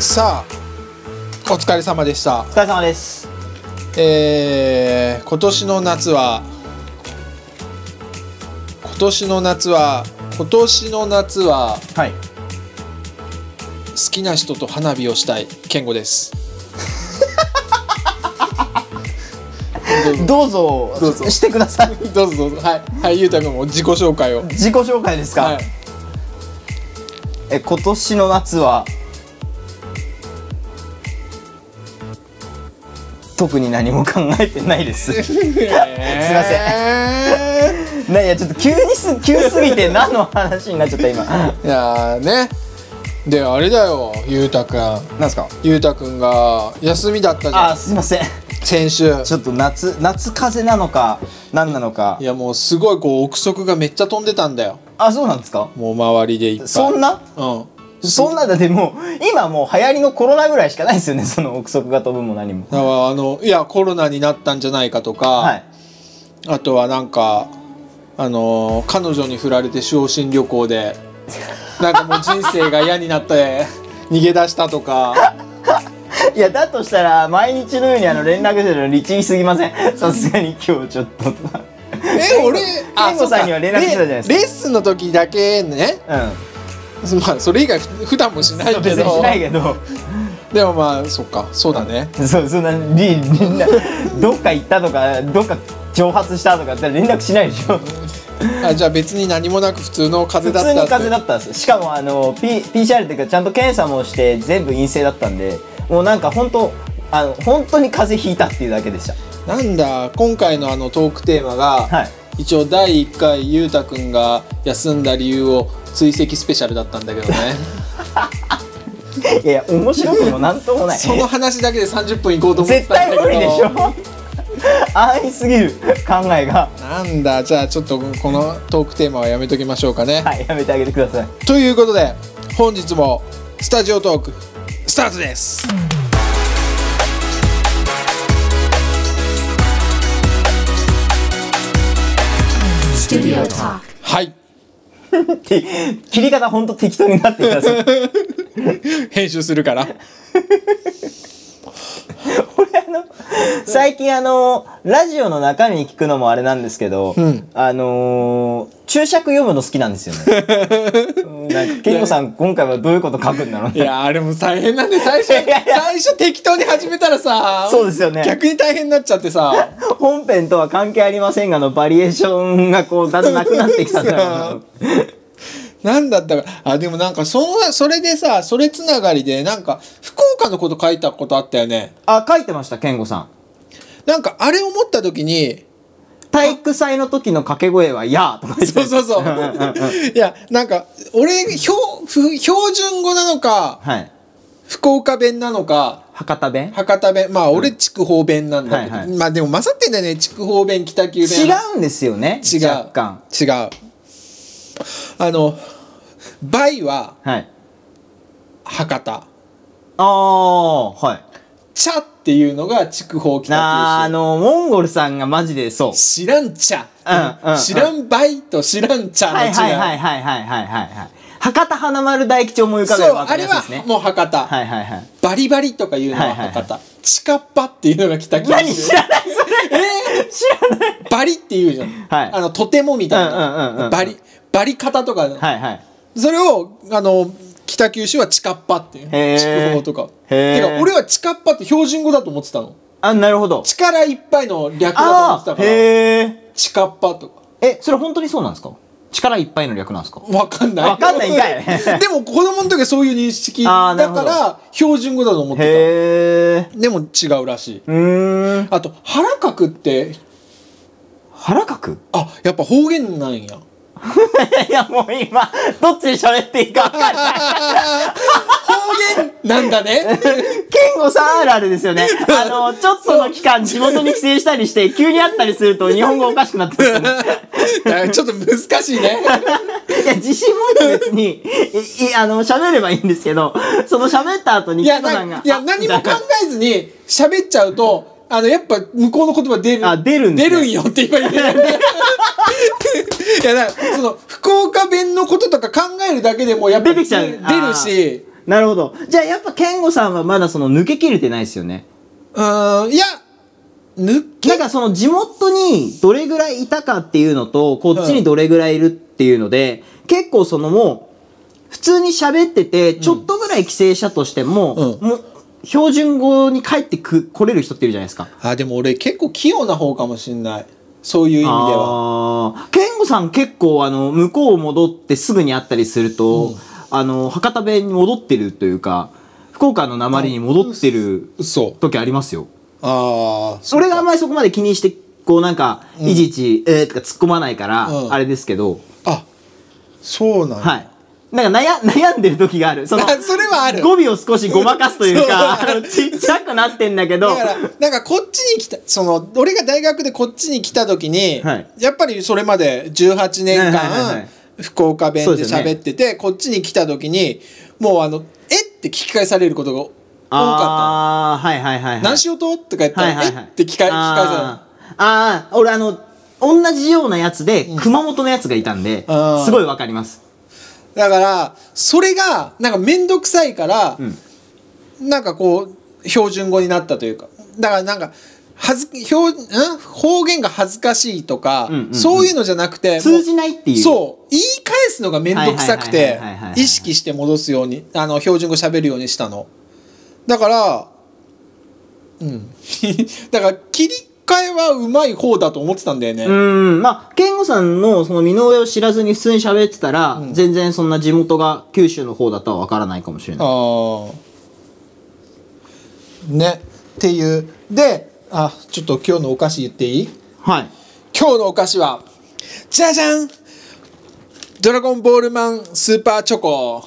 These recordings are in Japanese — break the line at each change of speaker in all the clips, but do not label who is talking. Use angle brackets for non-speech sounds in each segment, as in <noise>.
さあお疲れ様でした
お疲れ様です
えー今年の夏は今年の夏は今年の夏は
はい
好きな人と花火をしたい健吾です
どうぞ
どうぞ
してくだ <laughs> さい
<laughs> どうぞどうぞはいはいゆうたくんも自己紹介を
自己紹介ですか、
<laughs> はい
え今年の夏は特に何も考えてないです <laughs>
す
まないやちょっと急にす急すぎて何の話になっちゃった今 <laughs> なん
いやーねであれだよゆうたくん
ですか
ゆうたくんが休みだったじゃ
あ
ん
すいません
先週
ちょっと夏夏風邪なのか何なのか
いやもうすごいこう憶測がめっちゃ飛んでたんだよ
あそうなんですか
もう周りでいっぱい
そんな
うん
そんなだってもう今もう流行りのコロナぐらいしかないですよねその憶測が飛ぶも何も
だからあのいやコロナになったんじゃないかとか、
はい
あとはなんかあのー彼女に振られて昇進旅行
<laughs>
でなんかもう人生が嫌になって逃げ出したと
<laughs>
か
いやだとしたら毎日のようにあの連絡手段律儀すぎませ
<laughs>
んさすがに今日ちょっとうん
え俺
健吾さんには連絡してたじゃないですか
レレッスンの時だけねまあそれ以外ふ普段もしないけ
別にし
ど
ないけど
でもまあそっかそうだね、
そうそんなりみんなどっか行ったとかどっか蒸発したとかって連絡しないでしょ
あじゃあ別に何もなく普通の風
普通に
邪だ
風
ったって
邪だったんですしかもあの、P、PCR っていうかちゃんと検査もして全部陰性だったんでもうなんか本当あの本当に風邪ひいたっていうだけでした
なんだ今回のあのトークテーマが、
はい
一応第1回ゆうたくんが休んだ理由を追跡スペシャルだったんだけ
<laughs>
どね
いやいや面白くもなんともない
その話だけで30分いこうと思って
絶
たんだけ
対
ど
無理でしょ安易すぎる考えが
なんだじゃあちょっとこのトークテーマはやめときましょうかね、
はいやめてあげてください <laughs>
ということで本日もスタジオトークスタートですはい
って切り方ほんと適当になってくだ <laughs> さい
編集する
<laughs>
から
俺あの最近あのラジオの中身に聞くのもあれなんですけど、
ん
あのー注釈読むの好きなんですよね <laughs> うんなんか健吾さん今回はどういうこと書くんだろう
い
ね
やあれも大変なんで最初
いやいや
最初適当に始めたらさ
そうですよね
逆に大変になっちゃってさ
本編とは関係ありませんがのバリエーションがこうだんだんなくなってきたんだろうな
なんだったかあでもなんかそのそれでさそれつながりでなんか福岡のこと書いたことあったよね
あ書いてました健吾さん
なんかあれ思った時
<laughs>
に
体育祭の時の掛け声は「やー」とか言って
そうそう
<laughs>
そういやなんか俺標ふ標準語なのか
はい
福岡弁なのか
博多弁
博多弁まあ俺筑豊弁なんだけど、
はいはい
まあでも混ざってんだよね筑豊弁北九弁
違うんですよね
違う
若干
違うあの倍は
はい
博多
ああはい
茶っていうのが筑豊北九州
あーあのモンゴルさんがマジでそう
知らんちゃ、
うんうんうん
知らんばいと知らんちゃの
は
違
い
い、
はいはいはいはいはいはいはい博多華丸大吉を思い浮かべ
そう
ば分
あ
かり
れ
やすい
は
ですね
もう博多、
はいはいはい
バリバリとかいうのは博多、
はいはい
チカッパっていうのが北九州
何知らないそれ
え
知らない
ー、バリっていうじゃん、
はい
あのとてもみたいな、
うんうんうんうん
バリバリ方とか、
はいはい
それをあの北九州はチカッパっていう
へー
筑豊とか
へー
てか俺はチカッパって標準語だと思ってたの
あなるほど
力いっぱいの略だ
あ
と思
あ
っ
ー
てたから
へえ
チカッパとか
えそれ本当にそうなんですか力いっぱいの略なんですか
わかんない
わかんないんかい
<laughs> でも子供の時はそういう認識
あーな
だ
るほ
か
ど
ら標準語だと思って
へえ
たでも違うらしいう
ーん
あと腹かくって
腹かく
あやっぱ方言なんや
<laughs> いやもう今どっちで喋っていいか分かんない
方言なんだ
<laughs>
ね
健吾さんあるあるですよ
<laughs>
ね。あの、ちょっとの期間地元に帰省したりして、急に会ったりすると日本語おかしくなってます
<laughs>
よね。
いやちょっと難しいね
いや、自信持って別に、いいあの、喋ればいいんですけど、その喋った後に
い
健
や
吾さん
な
が。
いや何も考えずに喋っちゃうとあのやっぱ向こうの言葉出る
あ出るんです
出
ね
るんよって言えば言
<laughs>
えるいやだからその福岡弁のこととか考えるだけでもやっぱ
出てきちゃう
出るし
なるほど。じゃあやっぱ健吾さんはまだその抜け切れてないですよね。
うーんいや抜け
なんかその地元にどれぐらいいたかっていうのと、こっちにどれぐらいいるっていうので、結構そのもう、普通に喋ってて、ちょっとぐらい帰省したとしても、
う
もう、標準語に帰ってく、来れる人っているじゃないですか。
あでも俺結構器用な方かもしんないそういう意味では
あー健吾さん結構あの向こうを戻ってすぐに会ったりすると、あの博多弁に戻ってるというか福岡の訛りに戻ってる
嘘
時ありますよ。
ああそ
俺があんまりそこまで気にしてこうなんか、いちいち「えー」とか突っ込まないから、
うん
あれですけど、
あそうなんや
はい。なんか悩悩んでる時がある。その
<laughs> それはある
語尾を少しごまかすというか、
そう
あのちっちゃくなってんだけど、
だからなんかこっちに来たその俺が大学でこっちに来た時に、
はい
やっぱりそれまで18年間、
はいはいはいはい
福岡弁
そう
で
ですよね
喋ってて、こっちに来た時にもうあの「えっ?」て聞き返されることが多かっ
ああ、はいはいはい、
た
は
「
い。
何しようと?」とか言ったら「えっ?」て聞き返聞き返さ
あーあー俺あの同じようなやつで、熊本のやつがいたんで
あー
すごいわかります
れるだからそれがなんか面倒くさいから、
ん
なんかこう標準語になったというかだからなんかはず標ん方言が恥ずかしいとか、
うんうんうん
そういうのじゃなくてもう
通じないっていう
そう言い返すのが面倒くさく
はいはい
て
はいはいはいはい
意識して戻すようにあの標準語喋るようにしたのだからうん <laughs> だから切り替えはうまい方だと思ってたんだよね、
うーんまあ健吾さんのその身の上を知らずに普通に喋ってたら、全然そんな地元が九州の方だったらわからないかもしれない
ああねっていうであちょっと今日のお菓子言っていい
はい
今日のお菓子はじゃじゃんドラゴンボールマンスーパーチョコ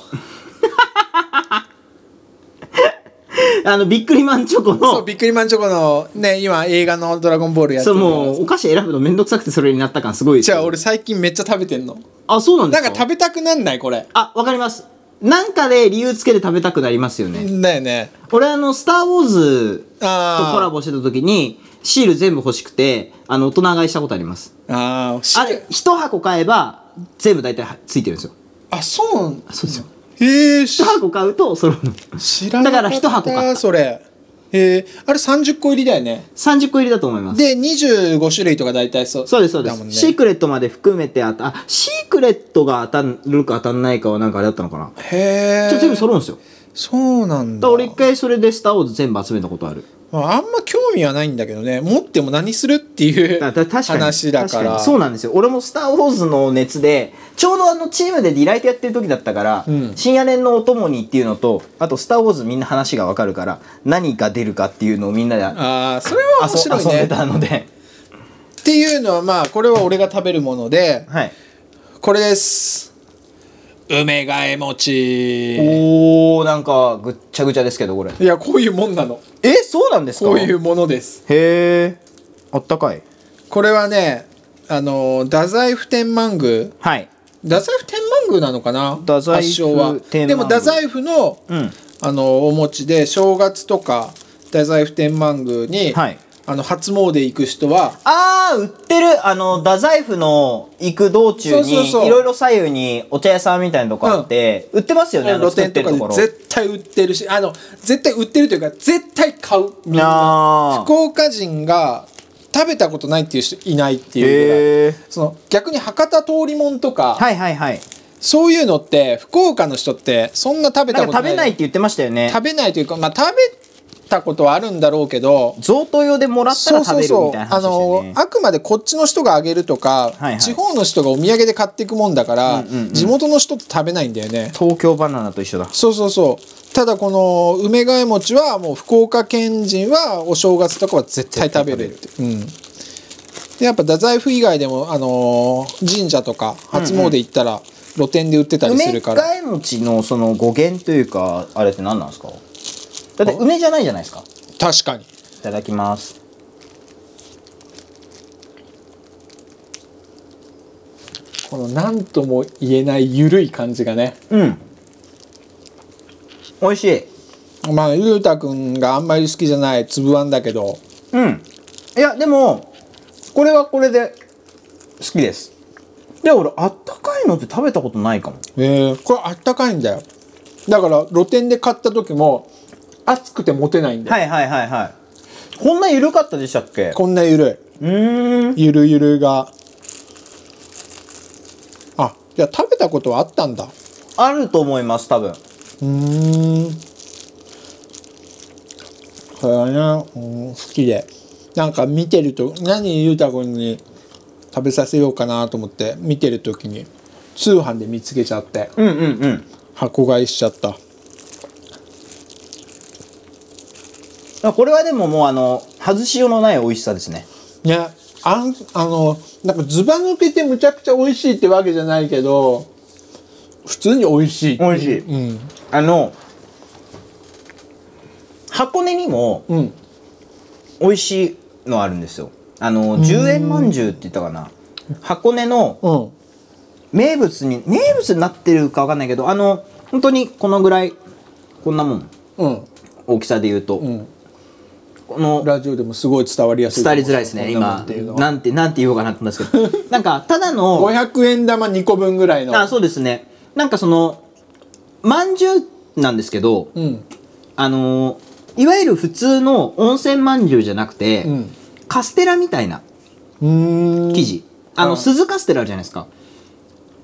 あのびっくりマンチョコ
そう
の
ビックリマンチョコのね今映画の「ドラゴンボール」やって
そう
る
もうお菓子選ぶのめんどくさくてそれになった感すごいです
じ
よ
ゃあ俺最近めっちゃ食べてんの
あそうなんで
な
す
ん
か
か食べたくなんないこれ
あわかりますなんかで理由つけて食べたくなりますよね、
だよね
俺あの「スター・ウォーズ」とコラ
あ
ボしてた時にシール全部欲しくてあの大人買いしたことあります
ーあーシ
あ
ール
れ一箱買えば全部大体はついてるんですよ
あそうなん
そうですよ
へえし
一箱買うとその
知らなかった
だから一箱買った
それへえあれ30個入りだよね
30個入りだと思います
で25種類とか大体そう
そうですそうで
だ
す、
もん
シー
ね
クレットまで含めてあたあシークレットが当たるか当たんないかはなんかあれだったのかな
へ
じゃあ全部
え
揃うんですよだか
そうなんだ
ら俺一回それで「スター・ウォーズ」全部集めたことある
まああんま興味はないんだけどね持っても何するっていう
<laughs> だだ確かに
話だから
確にそうなんですよ俺も「スター・ウォーズ」の熱でちょうどあのチームでディライトやってる時だったから、
うん
深夜連のお供にっていうのとあと「スター・ウォーズ」みんな話がわかるから何が出るかっていうのをみんなであ
ああそれは面
そ
白い
遊んで
ね
たので
っていうのはまあこれは俺が食べるもので
はい
これです梅替え餅
おーなんかぐっちゃぐちゃですけどこれ
いやこういうもんなの
えそうなんですか
こういう
へ
ものです
えあったかい
これはねあの太宰府天満宮
はい
太宰府天満宮なのかな
太宰府
発祥は
天満宮
でも太宰府の,、
うん
あのお餅で正月とか太宰府天満宮に、
はい
あの初詣行く人は
あー売ってるあの太宰府の行く道中
そう
に
そうそう
いろいろ左右にお茶屋さんみたいなとこあって、売ってますよねあの
露
作っ
店
て
と
るとこ
か
ろ
で絶対売ってるしあの絶対売ってるというか絶対買うみんな
あ
福岡人が食べたことないっていう人いないっていうぐらい、
へえ
その逆に博多通りもんとか、
はいはいはい
そういうのって福岡の人ってそんな食べ
な
た
ん
こと
か食
ない
べないって言ってましたよね
食べないというかまあ食べたことはあるんだろうけど
贈答用でもらった
そう
ら食
そうそ
べるみ
う
たいな
あ
話でしたよ
の
ね
あくまでこっちの人があげるとか、
はいはい
地方の人がお土産で買っていくもんだから、
うんうんうん
地元の人って食べないんだよね
東京バナナと一緒だ
そうそうそうただこの梅替え餅はもう福岡県人はお正月とかは絶対食べるってうんでやっぱ太宰府以外でも、あのー神社とか初詣行ったら露店で売ってたりするから、
梅替え餅のその語源というかあれって何なんですかだって梅じゃないじゃないですか
確かに
いただきます
この何とも言えない緩い感じがね
うん美味しい
まあ裕太君があんまり好きじゃない粒あんだけど
うんいやでもこれはこれで好きですで俺あったかいのって食べたことないかも
えー、これあったかいんだよだから露店で買った時も熱くて持てないんだよ、
はいはいはいはい。こんな緩かったでしたっけ
こんなゆる
うーん。
いゆるゆるがあじゃあ食べたことはあったんだ
あると思います、多分。
うーんこれはね、うん、好きでなんか見てると何ゆうたくんに食べさせようかなと思って見てる時に通販で見つけちゃって
うんうんうん。
箱買いしちゃった
あこれはでももうあの、外しようのない美味しさですね。
ねあんあのなんかずば抜けてむちゃくちゃ美味しいってわけじゃないけど普通に美味しい
美味しい。
うん
あの、箱根にも
うん
美味しいのあるんですよ。あの、10円まんじゅうって言ったかな。箱根の
うん
名物に、名物になってるかわかんないけど、あの、本当にこのぐらい、こんなもん。
うん
大きさで言うと。
ん
この、
ラジオでもすごい伝わりやすい
伝わりづらいですね、
こんなもん
今
っていうの。は
なんて、なんて言おうかなと思ったんです
<laughs>
けど。なんか、ただの、
500円玉2個分ぐらいの
あ、そうですね。なんかその、まんじゅうなんですけど、
うん
あのーいわゆる普通の温泉まんじゅうじゃなくて、
うん
カステラみたいな
うーん
生地。あ
う
の、
ん
鈴カステラあるじゃないですか。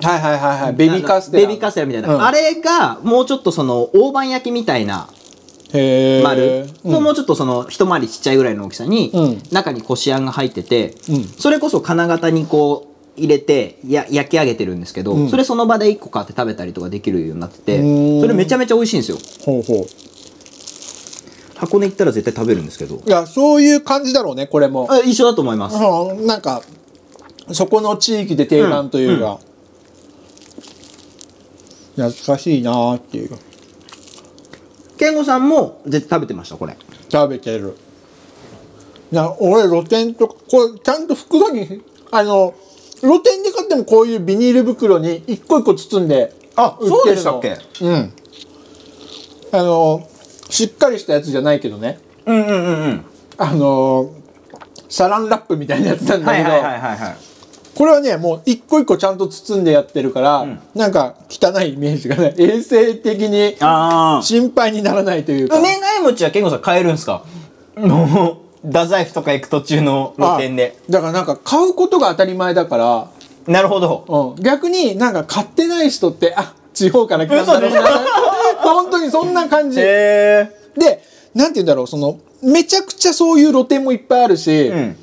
はいはいはいはいベビーカステラ
ベビーカステラみたいな。
うん
あれが、もうちょっとその、大判焼きみたいな
へえ
丸
う
の
ん
もうちょっとその一回りちっちゃいぐらいの大きさに、
うん
中にこしあんが入ってて、
うん
それこそ金型にこう入れてや焼き上げてるんですけど、
うん
それその場で1個買って食べたりとかできるようになって
うー
て
ん
それめちゃめちゃ美味しいんですよ
ほうほう
箱根行ったら絶対食べるんですけど
いやそういう感じだろうねこれも
あ一緒だと思います、
うんなんかそこの地域で定番というか、懐かしいなーっていう
健吾さんも絶対食べてましたこれ
食べてるな俺露店とかこれちゃんと袋にあの露店で買ってもこういうビニール袋に一個一個包んで
あ
売ってるの
そうでしたっけ
うんあのしっかりしたやつじゃないけどね
うんうんうんうん
あのサランラップみたいなやつなんだ
は
け
い
ど、
はいはいはいはい
これはねもう一個一個ちゃんと包んでやってるから、
ん
なんか汚いイメージがね <laughs> 衛生的に
あ
心配にならないというか
梅貝餅は健吾さん買えるんです <laughs> かもう太宰府とか行く途中の露店で
あだからなんか買うことが当たり前だから、
なるほど
うん、逆になんか買ってない人ってあ地方から来たんだろうな本当にそんな感じで
へえ
なんて言うんだろうそのめちゃくちゃそういう露店もいっぱいあるし、
うん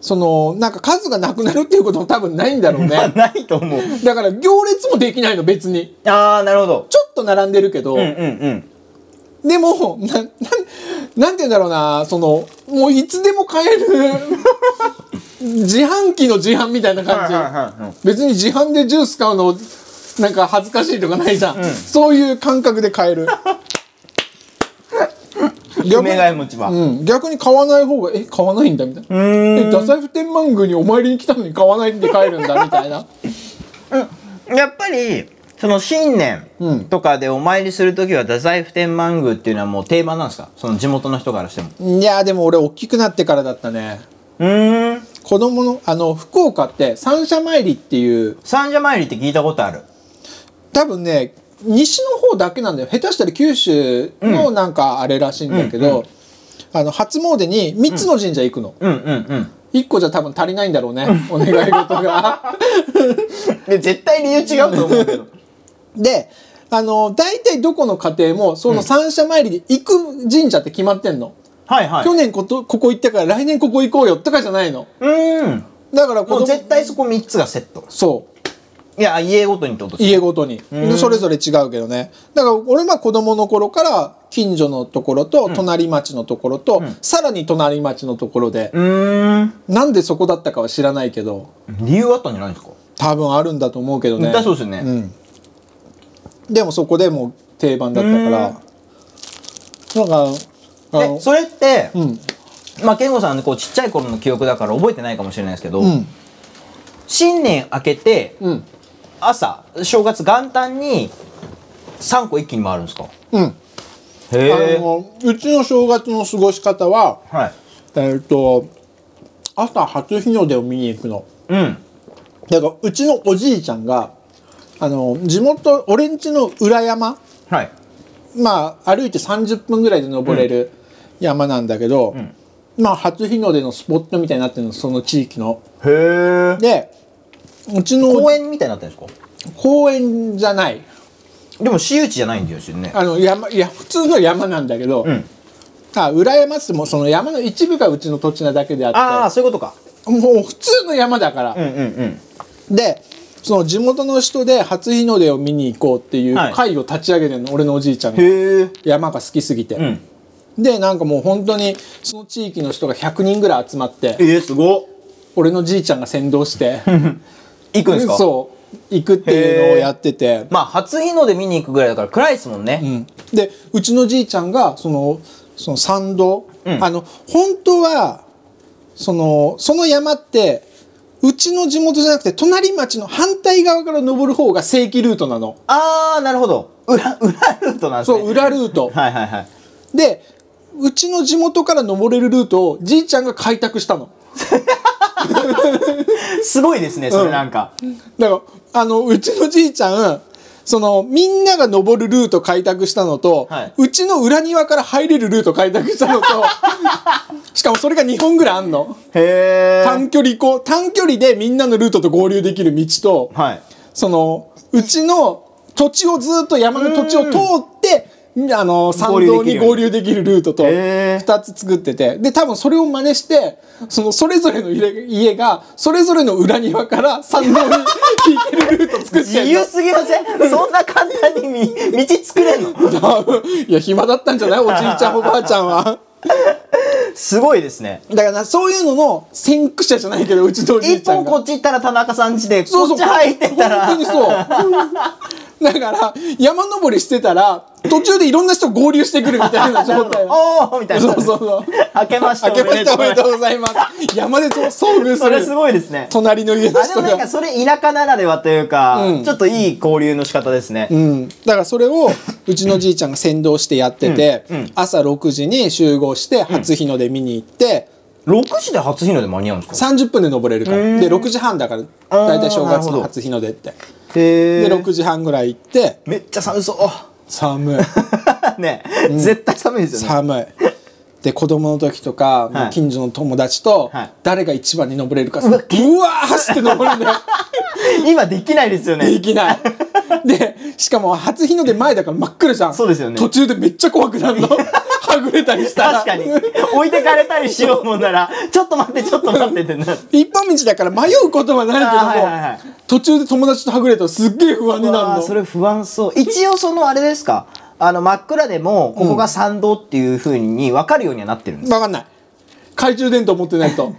そのなんか数がなくなるっていうことも多分ないんだろう
まあ
ね
ないと思う。
だから行列もできないの別に
ああ、なるほど。
ちょっと並んでるけど、
うんうん
でもななんなんて言うんだろうなそのもういつでも買
<laughs>
える自販機の自販みたいな
うん。
感じ、
は
別に自販でジュース買うのなんか恥ずかしいとかないじゃん、そういう感覚で買える <laughs>
い梅貝餅は。う
うん、逆に買わない方がえ買わないんだみたいな、え
ーん。
太宰府天満宮にお参りに来たのに買わないで帰るんだみたいな
やっぱり、その新年
うん
とかでお参りするときは、太宰府天満宮っていうのはもう定番なんですかその地元の人からしても。
いやでも俺大きくなってからだったね
うーん。
子供のあの福岡って三社参りっていう
三社参りって聞いたことある。
多分ね西の方だけなんだよ下手したら九州のなんかあれらしいんだけど、あの初詣に3つの神社行くの、
うんうんうん。
一個じゃ多分足りないんだろうね、お願い事が。
<laughs> で、絶対理由違うと思うけど。
で、あの、大体どこの家庭も、その三社参りで行く神社って決まってんの。
<laughs> はいはい
去。年こと、ここ行ったから来年ここ行こうよとかじゃないの。
うーん。
だから
も
こ
う
の、
絶対そこ三つがセット。
そう。
いや、家ごとにってことです
家ごとにでそれぞれ違うけどねだから俺は子供の頃から近所のところと隣町のところと、さらに隣町のところで、
うーん。
なんでそこだったかは知らないけど
理由あったんじゃないですか
多分あるんだと思うけどね
絶対そうですよね。
うん、でもそこでもう定番だったからなんかあ
え
の
それって、
ん
まあ健吾さんのこうちっちゃい頃の記憶だから覚えてないかもしれないですけど、
うん
新年明けて
うん
朝正月元旦に3個一気に回るんですか
うん
へ
あのうちの正月の過ごし方は
はい
えっ、と朝初日の出を見に行くの。
うん
だからうちのおじいちゃんがあの地元俺んちの裏山
はい。
まあ歩いて30分ぐらいで登れる山なんだけど、まあ初日の出のスポットみたいになってるのその地域の。
へえ。
でうちの
公園みたいになってるんですか
公園じゃない
でも私有地じゃないんですよね。
あの山いや普通の山なんだけど、
うん。
あ裏山ってもうその山の一部がうちの土地なだけであって
ああ、そういうことか。
もう普通の山だから
う、んうんうん。
でその地元の人で初日の出を見に行こうっていう
はい
会を立ち上げてるの、俺のおじいちゃんが
へえ。
山が好きすぎて、
うん。
でなんかもう本当にその地域の人が100人ぐらい集まって
ええ、すごっ。
俺のじいちゃんが先導して
<laughs> 行くんですか
そう行くっていうのをやってて
まあ、初日の出見に行くぐらいだから暗いですもんね。
うんでうちのじいちゃんがそのその参道、
うん
あの本当はそのその山ってうちの地元じゃなくて隣町の反対側から登る方が正規ルートなの
ああ、なるほど。裏、裏ルートなんですね。
そう裏ルート
はいはいはい。
でうちの地元から登れるルートをじいちゃんが開拓したの
すごいですね、それなんか。
だからあのうちのじいちゃんそのみんなが登るルート開拓したのと、
はいう
ちの裏庭から入れるルート開拓した
<laughs>
のとしかもそれが2本ぐらいあんの
へえ。
短距離こう短距離でみんなのルートと合流できる道と
はい。
そのうちの土地をずっと山の土地を通ってあの山道に合
合
流できるルートと
へー
2つ作っててで多分それを真似してそのそれぞれの家家がそれぞれの裏庭から山道に行けるルート作って
自
んの
由すぎませんそんな簡単に
<laughs>
み道作れんの
多分 <laughs> いや暇だったんじゃないおじいちゃんおばあちゃんは。
すごいですね。
だからなそういうのの先駆者じゃないけどうちのおじい
一
ちゃん
本
が。
こっち行ったら田中さん家で、
そう
こ
そ
っ
う。
ち入ってったら。
本当にそう。だから、山登りしてたら、途中でいろんな人合流してくるみたいな状態。
おーみた <laughs> いな。
そう
<laughs>
そうそう。
開けました
明けましておめでとうございます。山でと遭遇
それ
す
す
る。
ごいですね。
隣の家の
あ、で
人
もなんか
が。
それ田舎ならではというか、
うん
ちょっといい交流の仕方ですね。
うん、だからそれをうちのじいちゃんが先導してやってて、
うんうん
朝6時に集合して初日の出見に行って、
6時で初日の出間に合うんですか
30分で登れるから
うん
で6時半だから大体正月の初日の出って
へ
で
え。
6時半ぐらい行って
めっちゃ寒そう。
<laughs> 寒い
ね、絶対寒いですよね。
寒いで子供の時とか、もう近所の友達と、
はい
誰が一番に登れるか、うわー走って登るんだよ
今できないですよ
で
<laughs> ね。
きないでしかも初日の出前だから真っ暗じゃん
そうですよね
途中でめっちゃ怖くなるのはぐれたりしたら
確かに。置いてかれたりしようもんなら、ちょっと待って、ちょっと待ってってなる。
一本道だから迷うことはないけども、
あーはいはいはい
途中で友達とはぐれたらすっげえ不安にな
わ
る
あ
の
それ不安そう一応そのあれですかあの真っ暗でもここが参道っていうふうに分かるようにはなってるんです、
分かんない懐中電灯持ってない
<laughs>
と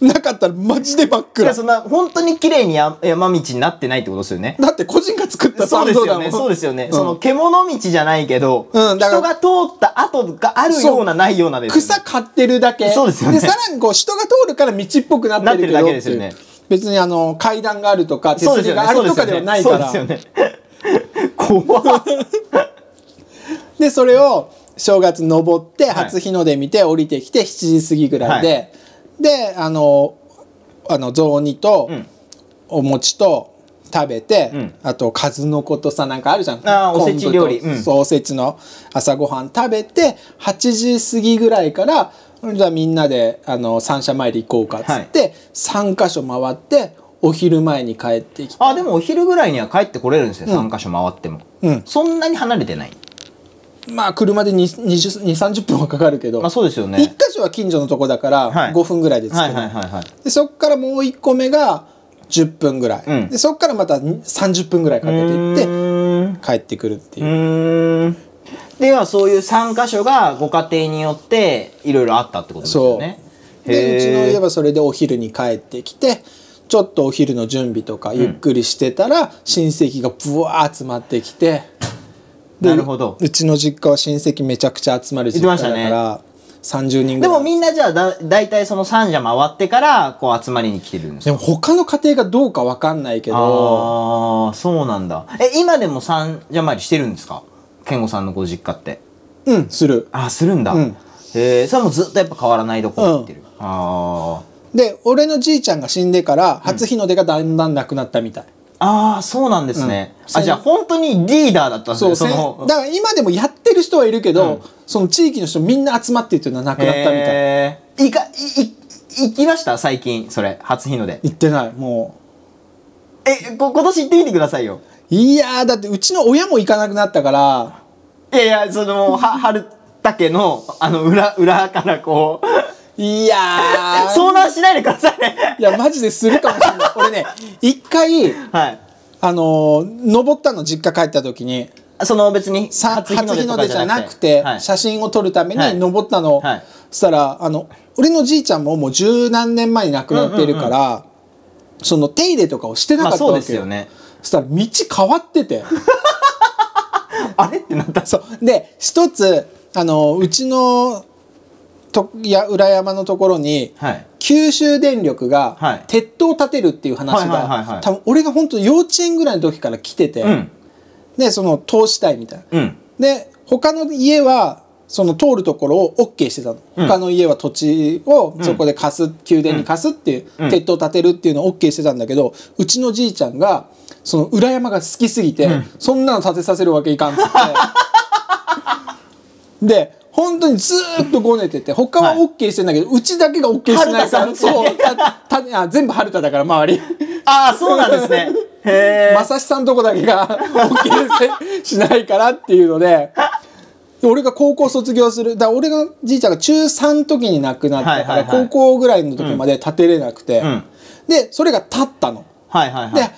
なかったらマジで真っ
い
暗
やそんな本当に綺麗にや山道になってないってことですよね
だって個人が作った
そ
山
うです
道だ
よ
もん
ねそうですよね、
ん
その獣道じゃないけど、
うんだか
人
ら
が通った跡があるようなないようなですよね
草刈ってるだけ
そうですよね
さらにこう人が通るから道っぽくなってるけど
なってるだけですよね
っていう別にあの階段があるとか手
そう
すり
ですよね
があるとかではないから
そうですよね怖っ <laughs>
でそれを正月登って
い
初日の出見て降りてきて7時過ぎぐらいで、であのあの雑煮と
うん
お餅と食べて、
うん
あと数の子とさなんかあるじゃん
あー
昆布
おせ
と
ち料理うん
そうおせちの朝ごはん食べて8時過ぎぐらいからじゃあみんなであの三社参り行こうかっつって、三3箇所回ってお昼前に帰ってきて、
あでもお昼ぐらいには帰ってこれるんですよ、
うん
三3箇所回っても
うん、
そんなに離れてない
まあ車で2 0 30分はかかるけど、
まあそうですよね
一箇所は近所のとこだから
はい
5分ぐらいで着くの、
はいはいはいはい
でそこからもう1個目が10分ぐらい、
うん
でそこからまた30分ぐらいかけていって帰ってくるっていう
う、ーんではそういう3箇所がご家庭によっていろいろあったってことですよね
でうちの
へー
家はそれでお昼に帰ってきてちょっとお昼の準備とかゆっくりしてたら、親戚がブワー集まってきてで
なるほど
うちの実家は親戚めちゃくちゃ集まる実家だか
言って
ら、30人ぐ
で
らい
もみんなじゃあだ大体その3社回ってからこう集まりに来てるんです
で
か
も他の家庭がどうかわかんないけど
ああそうなんだえ今でも3社回りしてるんですか健吾さんのご実家って
うんする
あするんだ、
うん
へえそれはもうずっとやっぱ変わらないとこに行ってる、ああ
で俺のじいちゃんが死んでから初日の出がだんだんなくなったみたい、
ああ、そうなんですね。
うん
あ、じゃあ本当にリーダーだったんです
そう
ね。その
せんだから今でもやってる人はいるけど、
うん
その地域の人みんな集まってっていうのはなくなったみたい
へーいか、い、い、行きました最近、それ。初日ので。
行ってないも
え、こ、今年行ってみてくださいよ。
ういやーだってうちの親も行かなくなったから
いやいや、その、は、春竹の、あの、裏、裏からこう、
いやー
<laughs> 遭難しないでくださいね。
いやマジでするかもしれない俺ね一回
はい。
あのー登ったの実家帰った時に
その別に、
さ初日の出じゃなく
初日
て
の出はい
写真を撮るため
は
に
い
登ったの、
はい
そしたらあの俺のじいちゃんももう十何年前に亡くなってるから、その手入れとかをしてなか
まあ
った
そう
わ
で
け
す
よ,、
よね。
そしたら道変わって
<laughs>
て
あれってなった。
そうで一つあのうちのといや裏山のところに
はい。
九州電力
は
が
い
鉄塔を建てるっていう話
はいはいはいは
が
い
多分俺が本当幼稚園ぐらいの時から来てて、
うん。
でその通したいみたいな。
うん。
で他の家はその通るところを OK してたの、
うん
他の家は土地を
ん
そこで貸す、宮殿に貸すっていう、
うん
鉄塔を建てるっていうのを OK してたんだけどうちのじいちゃんがその裏山が好きすぎて、
うん
そんなの建てさせるわけいかんっつ
<laughs>
ってで本当にずーっとごねてて他は
はい
OK してんだけど、うちだけが OK してないから
春田さん
そうたたあ全部春田だから周り。
ああ、そうなんですね。へえ。
まさしさんとこだけが OK せしないからっていうのでで俺が高校卒業するだから俺がじいちゃんが中3の時に亡くなったか
はい
ら
はいはい
高校ぐらいの時まで立てれなくて、
うん
でそれが立ったの。
はいはいはい。
で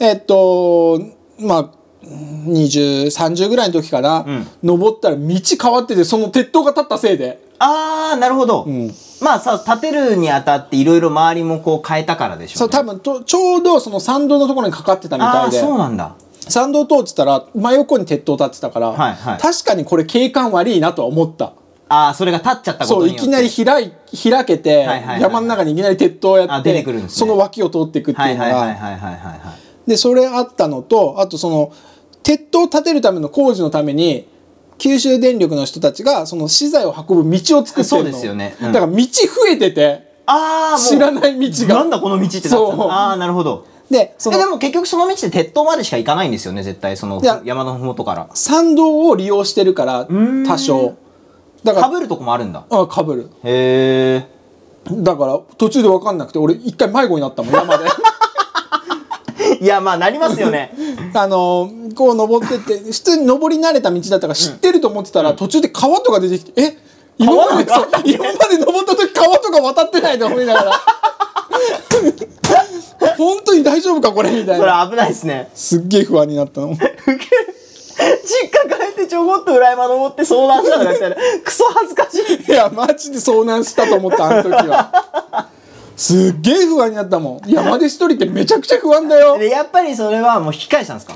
えっとまあ2030ぐらいの時かな、
うん
登ったら道変わっててその鉄塔が立ったせいで。
ああ、なるほど。
ん
まあさ、立てるにあたっていろいろ周りもこう変えたからでし
そ
ょう
う
ね、
多分とちょうどその参道のところにかかってたみ
あ
た
あ、
いで
そうなんだ。
参道通ってたら真横に鉄塔立ってたから、
はいはい
確かにこれ景観悪いなとは思った
ああ、それが立っちゃったこ
そ
と
う
に
い
よって。
きなり開い開けて、
いはいはい
山の中にいきなり鉄塔やっ
あ
て
出てくるんですね
その脇を通っていくって
はいいう
のが、
はいはいはいはいはいはい。
でそれあったのとあとその鉄塔を建てるための工事のために九州電力の人たちがその資材を運ぶ道を作ってるの
そうですよねうん
だから道増えてて
ああ、もう。
知らない道が
なんだこの道ってなってた
そう
ああ、なるほど。
で
え
その
でも結局その道って鉄塔までしか行かないんですよね、絶対。その
いや
山のふもとから。
参道を利用してるから
ーん
多少だ
か
か
ぶるとこもあるんだ。
らあかぶる
へえ。
だから途中で分かんなくて俺一回迷子になったもん山で
いや、まあなります
<laughs>
よね。
あのこう登ってって普通に登り慣れた道だったから知ってると思ってたら、途中で川とか出てきてえ今まで
川なん
そう今まで登った時川とか渡ってないと思いながら <laughs> 本当に大丈夫かこれみたい
それ
な
危ないですね。
すっげえ不安になったの
実家帰ってちょこっと裏山登って相談したのみたいな。クソ恥ずかし
い
い。
やマジで遭難したと思ったあの時はすっげえ不安になったもん山で一人ってめちゃくちゃ不安だよ
<laughs> で、やっぱりそれはもう引き返したんですか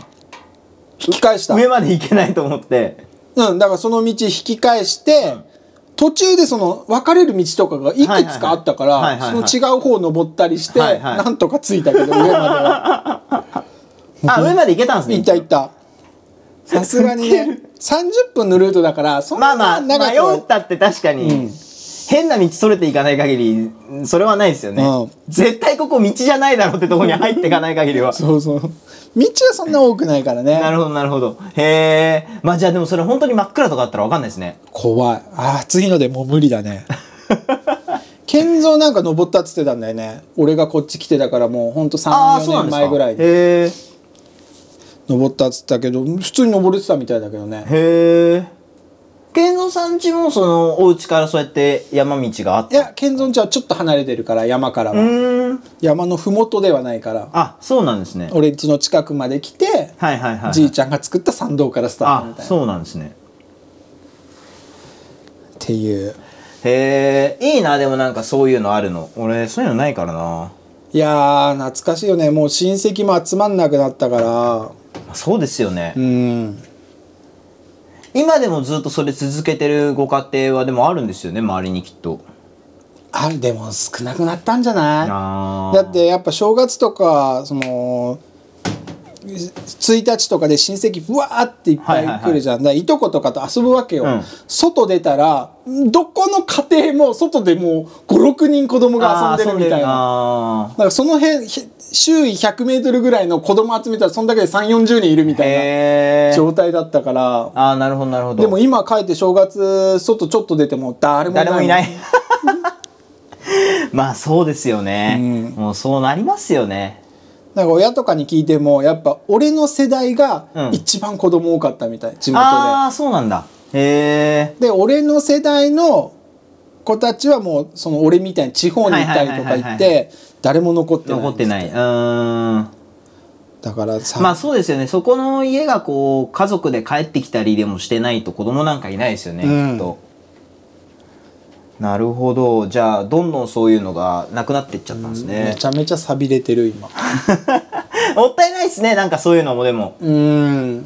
引き返した
上まで行けないと思って。
うん、だからその道引き返して、途中でその分かれる道とかがい
はい
く
は
つ
いは
か
い
あったか
はい
ら
はい
そ
は
の
い
違う方登ったりして、
はいはい
なんとか着いたけど上まで
<laughs>
は
あ、上まで行けたんですね。
行った行ったさすがにね30分のルートだからそん
まあま
な
あ、
長くは
迷ったって確かに、変な道それていかない限り、それはないですよね。
うん
絶対ここ道じゃないだろうってとこに入っていかない限りは。
そうそう道はそんな多くないから
な
ね
るほど、なるほど。へえ。まあじゃあでもそれ本当に真っ暗とかあったらわかんないですね。
怖いあー暑いのでもう無理だ
<laughs>
ね健三なんか登ったっつってたんだよね俺がこっち来てたからもうほんと
ああ、そ
34
うな
年
んですか。
前ぐらいで
へえ。
登ったっつったけど普通に登れてたみたいだけどね
へえ。健三さんちもその、お家からそうやって山道があっ
い
て。
や健三ちゃんはちょっと離れてるから山から
う
は、
ーん。
山のふもとではないから
あ、そうなんですね。
俺んちの近くまで来て、
はいはいはいはい。
じいちゃんが作った参道からスタートみ
あ、
たいなっ
そうなんですね。
ていう
へえ、いいな、でもなんかそういうのあるの。俺、そういうのないからな。
いやー懐かしいよねもう親戚も集まんなくなったから
そうですよね。
うん
今でもずっとそれ続けてるご家庭はでもあるんですよね、周りにきっと。
あでも少なくなったんじゃない
あー
だってやっぱ正月とかその1日とかで親戚ぶわーっていっぱい来るじゃん、いいとことかと遊ぶわけよ、
うん
外出たらどこの家庭も外でもう56人子供が遊んでるみたいな。
な
だからその辺ひ周囲1 0 0ルぐらいの子供集めたらそんだけで3 4 0人いるみたい
へ
な
ー
状態だったから
あーなるほどなるほど
でも今帰って正月外ちょっと出ても誰もいない
誰もいない
もん
<laughs> まあそうですよね、
うん
もうそうなりますよね
なんか親とかに聞いてもやっぱ俺の世代
う
が
ん
一番子供多かったみたい地元で。
ああそうなんだへえ
で俺の世代の子たちはもうその俺みたいに地方に行ったりとか行
はいはいは
っ
いはいは
て誰も残ってない
残ってないうんま
だからさ、
あそうですよねそこの家がこう家族で帰ってきたりでもしてないと子供なんかいないですよね、
うん
きっとなるほどじゃあどんどんそういうのがなくなっていっちゃったんです
め
ね、
ちゃめちゃ寂れてる今
<laughs> もったいないですねなんかそういうのもでも
うん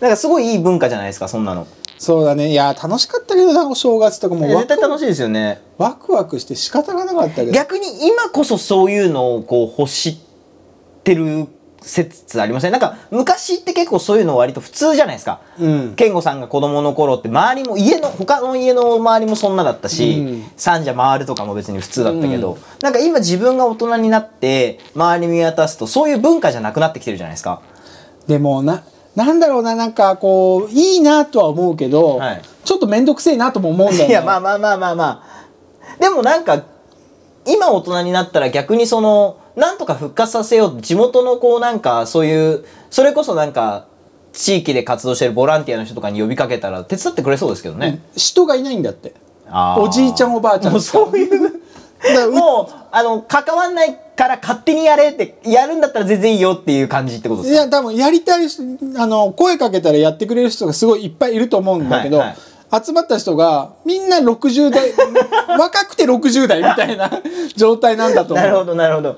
なんかすごいいい文化じゃないですかそんなの
そうだねいや楽しかったけどなお正月とかもうワ
絶
ク
対楽しいですよね
ワクワクして仕方がなかったけど
逆に今こそそういうのをこう欲してる説ありませんなんか昔って結構そういうの割と普通じゃないですか、
うん
健吾さんが子供の頃って周りも家の他の家の周りもそんなだったし、
うん
三者回るとかも別に普通だったけど、なんか今自分が大人になって周り見渡すとそういう文化じゃなくなってきてるじゃないですか
でもななんだろうななんかこういいなとは思うけど、
はい
ちょっと面倒くせえなとも思うんだよね
<laughs> いやまあまあまあまあまあでもなんか今大人になったら逆にそのなんとか復活させよう地元のこうなんかそういうそれこそなんか地域で活動してるボランティアの人とかに呼びかけたら手伝ってくれそうですけどね、
人がいないんだって
あー
おじいちゃんおばあちゃん
もうそういう
うだから
もうあの関わんないから勝手にやれってやるんだったら全然いいよっていう感じってこと
い
ですか
や多分やりたい人あの声かけたらやってくれる人がすごいいっぱいいると思うんだけど、
はい
集まった人がみんな60代 <laughs> 若くて60代みたいな状態なんだと
なる
思
ほ
う
どなるほど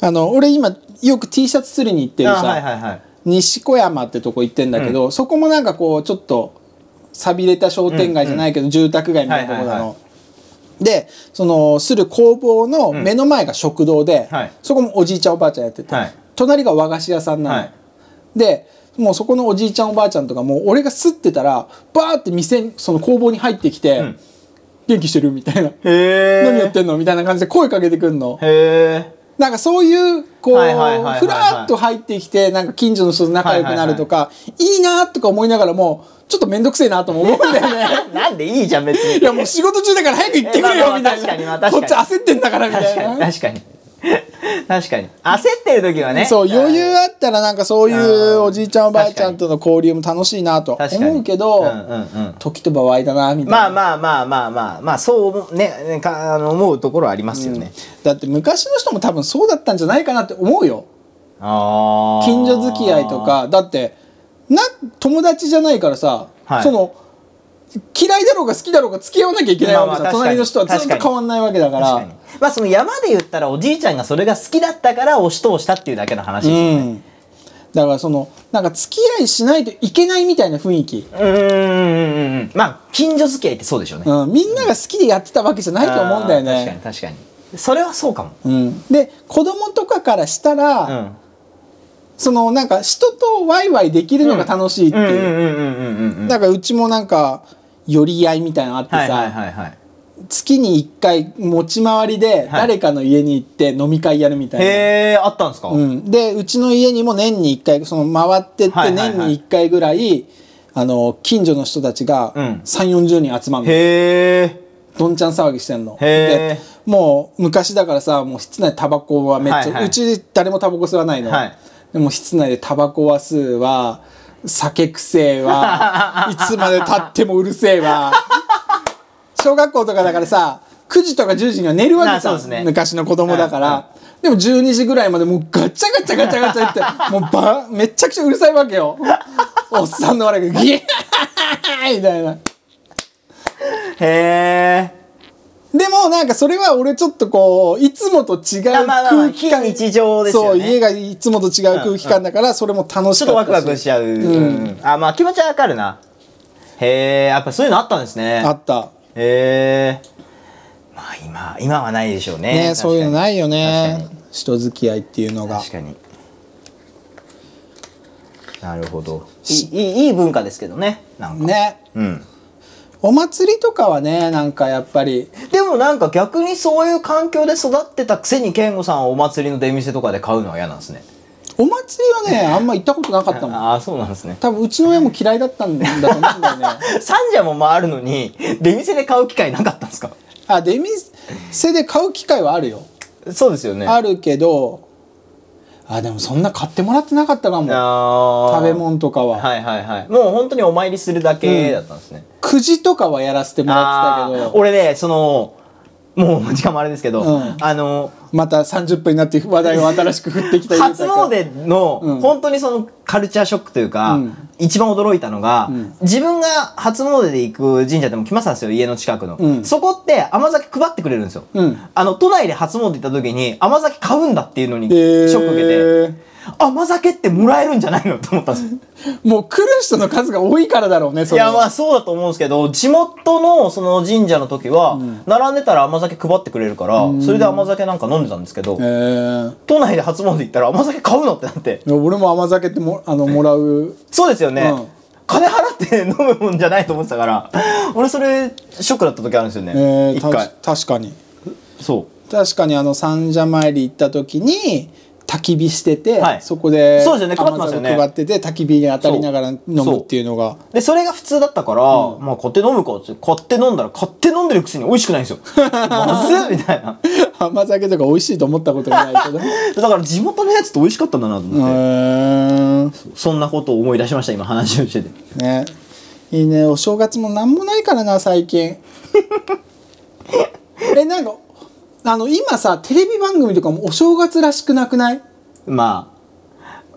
あの俺今よく T シャツ釣りに行ってる
あ
さ、
はいはいはい
西小山ってとこ行ってんだけど、そこもなんかこうちょっと寂れた商店街じゃないけど、住宅街みたいなとこな
はいはい
の。
は
でそのする工房の
ん
目の前が食堂で、
はい
そこもおじいちゃんおばあちゃんやってて、
はい
隣が和菓子屋さんなの、
はい
でもうそこのおじいちゃんおばあちゃんとかもう俺がすってたらバーって店その工房に入ってきて「
うん
元気してる?」みたいな
へ
「
え
何やってんの?」みたいな感じで声かけてくんの。
へえ
なんかそういうこう
はいはいはいはいはい
ふらっと入ってきてなんか近所の人と仲良くなるとかいいなとか思いながらもちょっと面倒くせえなとも
<laughs>
思うんだよね。
なんでいいじゃん別に
いやもう仕事中だから早く行ってくれ
えまあま
よ
あ
みた
確かに
い
まあ
な
確か
こっ
に
ち焦ってんだからみたいな。
確かに <laughs> 確かに確かに焦ってる時はね
そう余裕あったらなんかそういうおじいちゃんおばあちゃんとの交流も楽しいなと
確かに
思うけど、
うんうんうん
時と場合だなみたいな。
まあまあまあまあまあまあそう思うねねかあの思うところはありますよね、
だって昔の人も多分そうだったんじゃないかなって思うよ。
あー
近所付き合いとかだってな友達じゃないからさ、
はい
その嫌いだろうが好きだろうが付き合わなきゃいけないわけじゃん、
まあまあ確かに
隣の人はずっと変わんないわけだから
確かにまあその山で言ったらおじいちゃんがそれが好きだったから押し通したっていうだけの話ですよ
う
ね
んだからそのなんか付き合いしないといけないみたいな雰囲気、
うーんうんうんまあ近所付き合いってそうでしょうね、
うん、みんなが好きでやってたわけじゃないと思うんだよ
あー確
ね、
かに確かにそれはそうかも
うん、で子供とかからしたら、
うん
そのなんか人とワイワイできるのが楽しいって
うんう
いう、
んうんうんうんうんうん
だからうちもなんか寄り合いみたいなのあってさ、
はいはいはいはい
月に1回持ち回りで誰かの家に行って飲み会やるみたいな。
へえあったんですか、
うん、でうちの家にも年に1回その回ってって
はいはいはい
年に1回ぐらい、あの近所の人たちが
うん
3 4 0人集まるの
へえ
どんちゃん騒ぎしてんの。
へー
でもう昔だからさもう室内タバコはめっちゃ、
はいはいう
ち誰もタバコ吸わないの、
はい
でも室内でタバコは吸うわ酒くせえ
<laughs>
わいつまでたってもうるせえわ小学校とかだからさ9時とか10時には寝るわけ
あそ
さ、
うですね
昔の子供だから、でも12時ぐらいまでもうガチャガチャガチャガチャ
<laughs>
ってもうばめちゃくちゃうるさいわけよおっさんの笑いがギャーみたいな。
へえ
でもなんかそれは俺ちょっとこういつもと違う
まあまあまあ
空気感
非日常ですよね
そう家がいつもと違う空気感だからそれも楽しかったし
ちょっとワクワクしちゃう、
ん
うんあまあ気持ちはわかるなへえやっぱそういうのあったんですね
あった
へえまあ今今はないでしょう
ね
ね確かに
そういうのないよね
確かに
人付き合いっていうのが
確かになるほどいいいいいい文化ですけどねなんか、
ね
うん、
お祭りとかはねなんかやっぱり
でもなんか逆にそういう環境で育ってたくせに健吾さんはお祭りの出店とかで買うのは嫌なんですね
お祭りはねあんま行ったことなかったもん
ああそうなんですね
多分うちの親も嫌いだったんだと思うんだよね
<laughs> 三社も回るのに出店で買う機会なかったんですか
あ出店で買う機会はあるよ
そうですよね
あるけどあでもそんな買ってもらってなかったかも
あー
食べ物とかは、
はいはいはいもう本当にお参りするだけだったんですね、
くじとかはやらせてもら
あ
ってた
あ
けど
俺ねそのもう時 <laughs> 間もあれですけど、
うん
あの
また30分になって話題を新しく振ってきた
初詣の、
うん
本当にそのカルチャーショックというか、
うん
一番驚いたのが、
うん
自分が初詣で行く神社でも来ましたんですよ家の近くの、
うん
そこって甘酒配ってくれるんですよ、
うん
あの都内で初詣行った時に甘酒買うんだっていうのに
え
シ
ー
ョック受けて、甘酒ってもらえるんじゃないのと思ったんですよ
もう来る人の数が多いからだろうねそ
い
れは
やまあそうだと思うんですけど地元のその神社の時は並んでたら甘酒配ってくれるからそれで甘酒なんか飲んでたんですけど
えー
都内で初詣行ったら甘酒買うのってなって
いや俺も甘酒ってもあのもらう
そうですよね
うん
金払って飲むもんじゃないと思ってたから俺それショックだった時あるんですよ
えー
ね一回
たし確かに
そ
確かにあの三社参り行った時に焚き火してて、
はい
そこで
そうですよね配ってますよね
甘酒配ってて焚き火に当たりながら飲むっていうのが
うでそれが普通だったからまあ買って飲むかって買って飲んだら買って飲んでるくせに美味しくないんですよまずいみたいな
<laughs> 甘酒とか美味しいと思ったこともないけ
<laughs>
どう
だから地元のやつって美味しかったんだなと思って
ーん
そんなことを思い出しました今話をしてて
ねいいねお正月もなんもないからな最
<laughs>
近えなんかあの今さテレビ番組とかもお正月らしくなくない
ま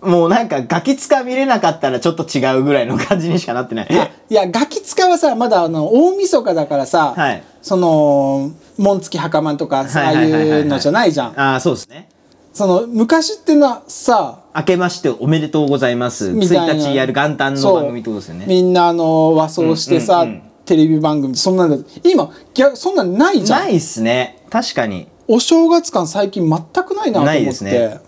あ、もうなんかガキ使見れなかったらちょっと違うぐらいの感じにしかなってない。
いやガキ使はさまだあの大晦日だからさ、
はい
その紋付き袴とかそう
はいはいいはいはいう
のじゃないじゃん
ああ、そうですね。
その昔ってなさ
明けましておめでとうございます。
みたいな
1日やる元旦の番組ってことですよ
そう
ね。
みんなあの和装してさ、
うんうんうん
テレビ番組そんなんだ今逆そんなんないじゃん
ないっすね。確かに。
お正月感最近全くないなと思
ない
っ
です
て、
ね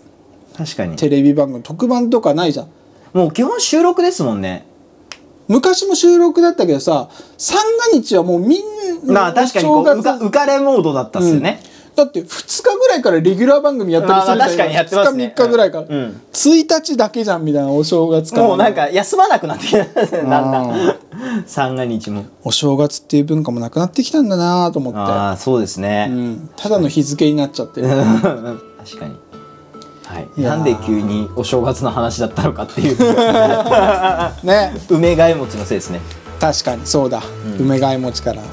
確かに。
テレビ番組特番とかないじゃん
もう基本収録ですもんね。
昔も収録だったけどさ三が日はもうみん
ま
な
あ確かにこう
お正
浮か、
月
浮かれモードだったっすよね。
だって2日ぐらいからレギュラー番組やったりする
まあまあ確かにやってますね
2日3日ぐらいから、
うんうん
1日だけじゃんみたいなお正月感
もうなんか休まなくなってきたんですよ。だんだん。三が日も。
お正月っていう文化もなくなってきたんだなと思っ
ああ、そうですね。
て、うん、ただの日付になっちゃってる
<laughs> 確かに、はい、
いやー
なんで急にお正月の話だったのかって
<laughs>
いう
ね
梅替え餅のせいですね
確かにそうだ、梅替え餅から、
ん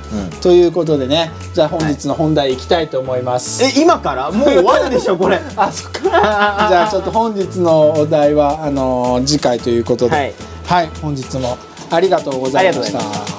ということでねじゃあ本日の本題いきたいと思います、
え今からもう終わるでしょこ <laughs> れ
あそっか <laughs> じゃあちょっと本日のお題はあのー次回ということで
は
はいい、本日もありがとうございまし
ありがとうございま
た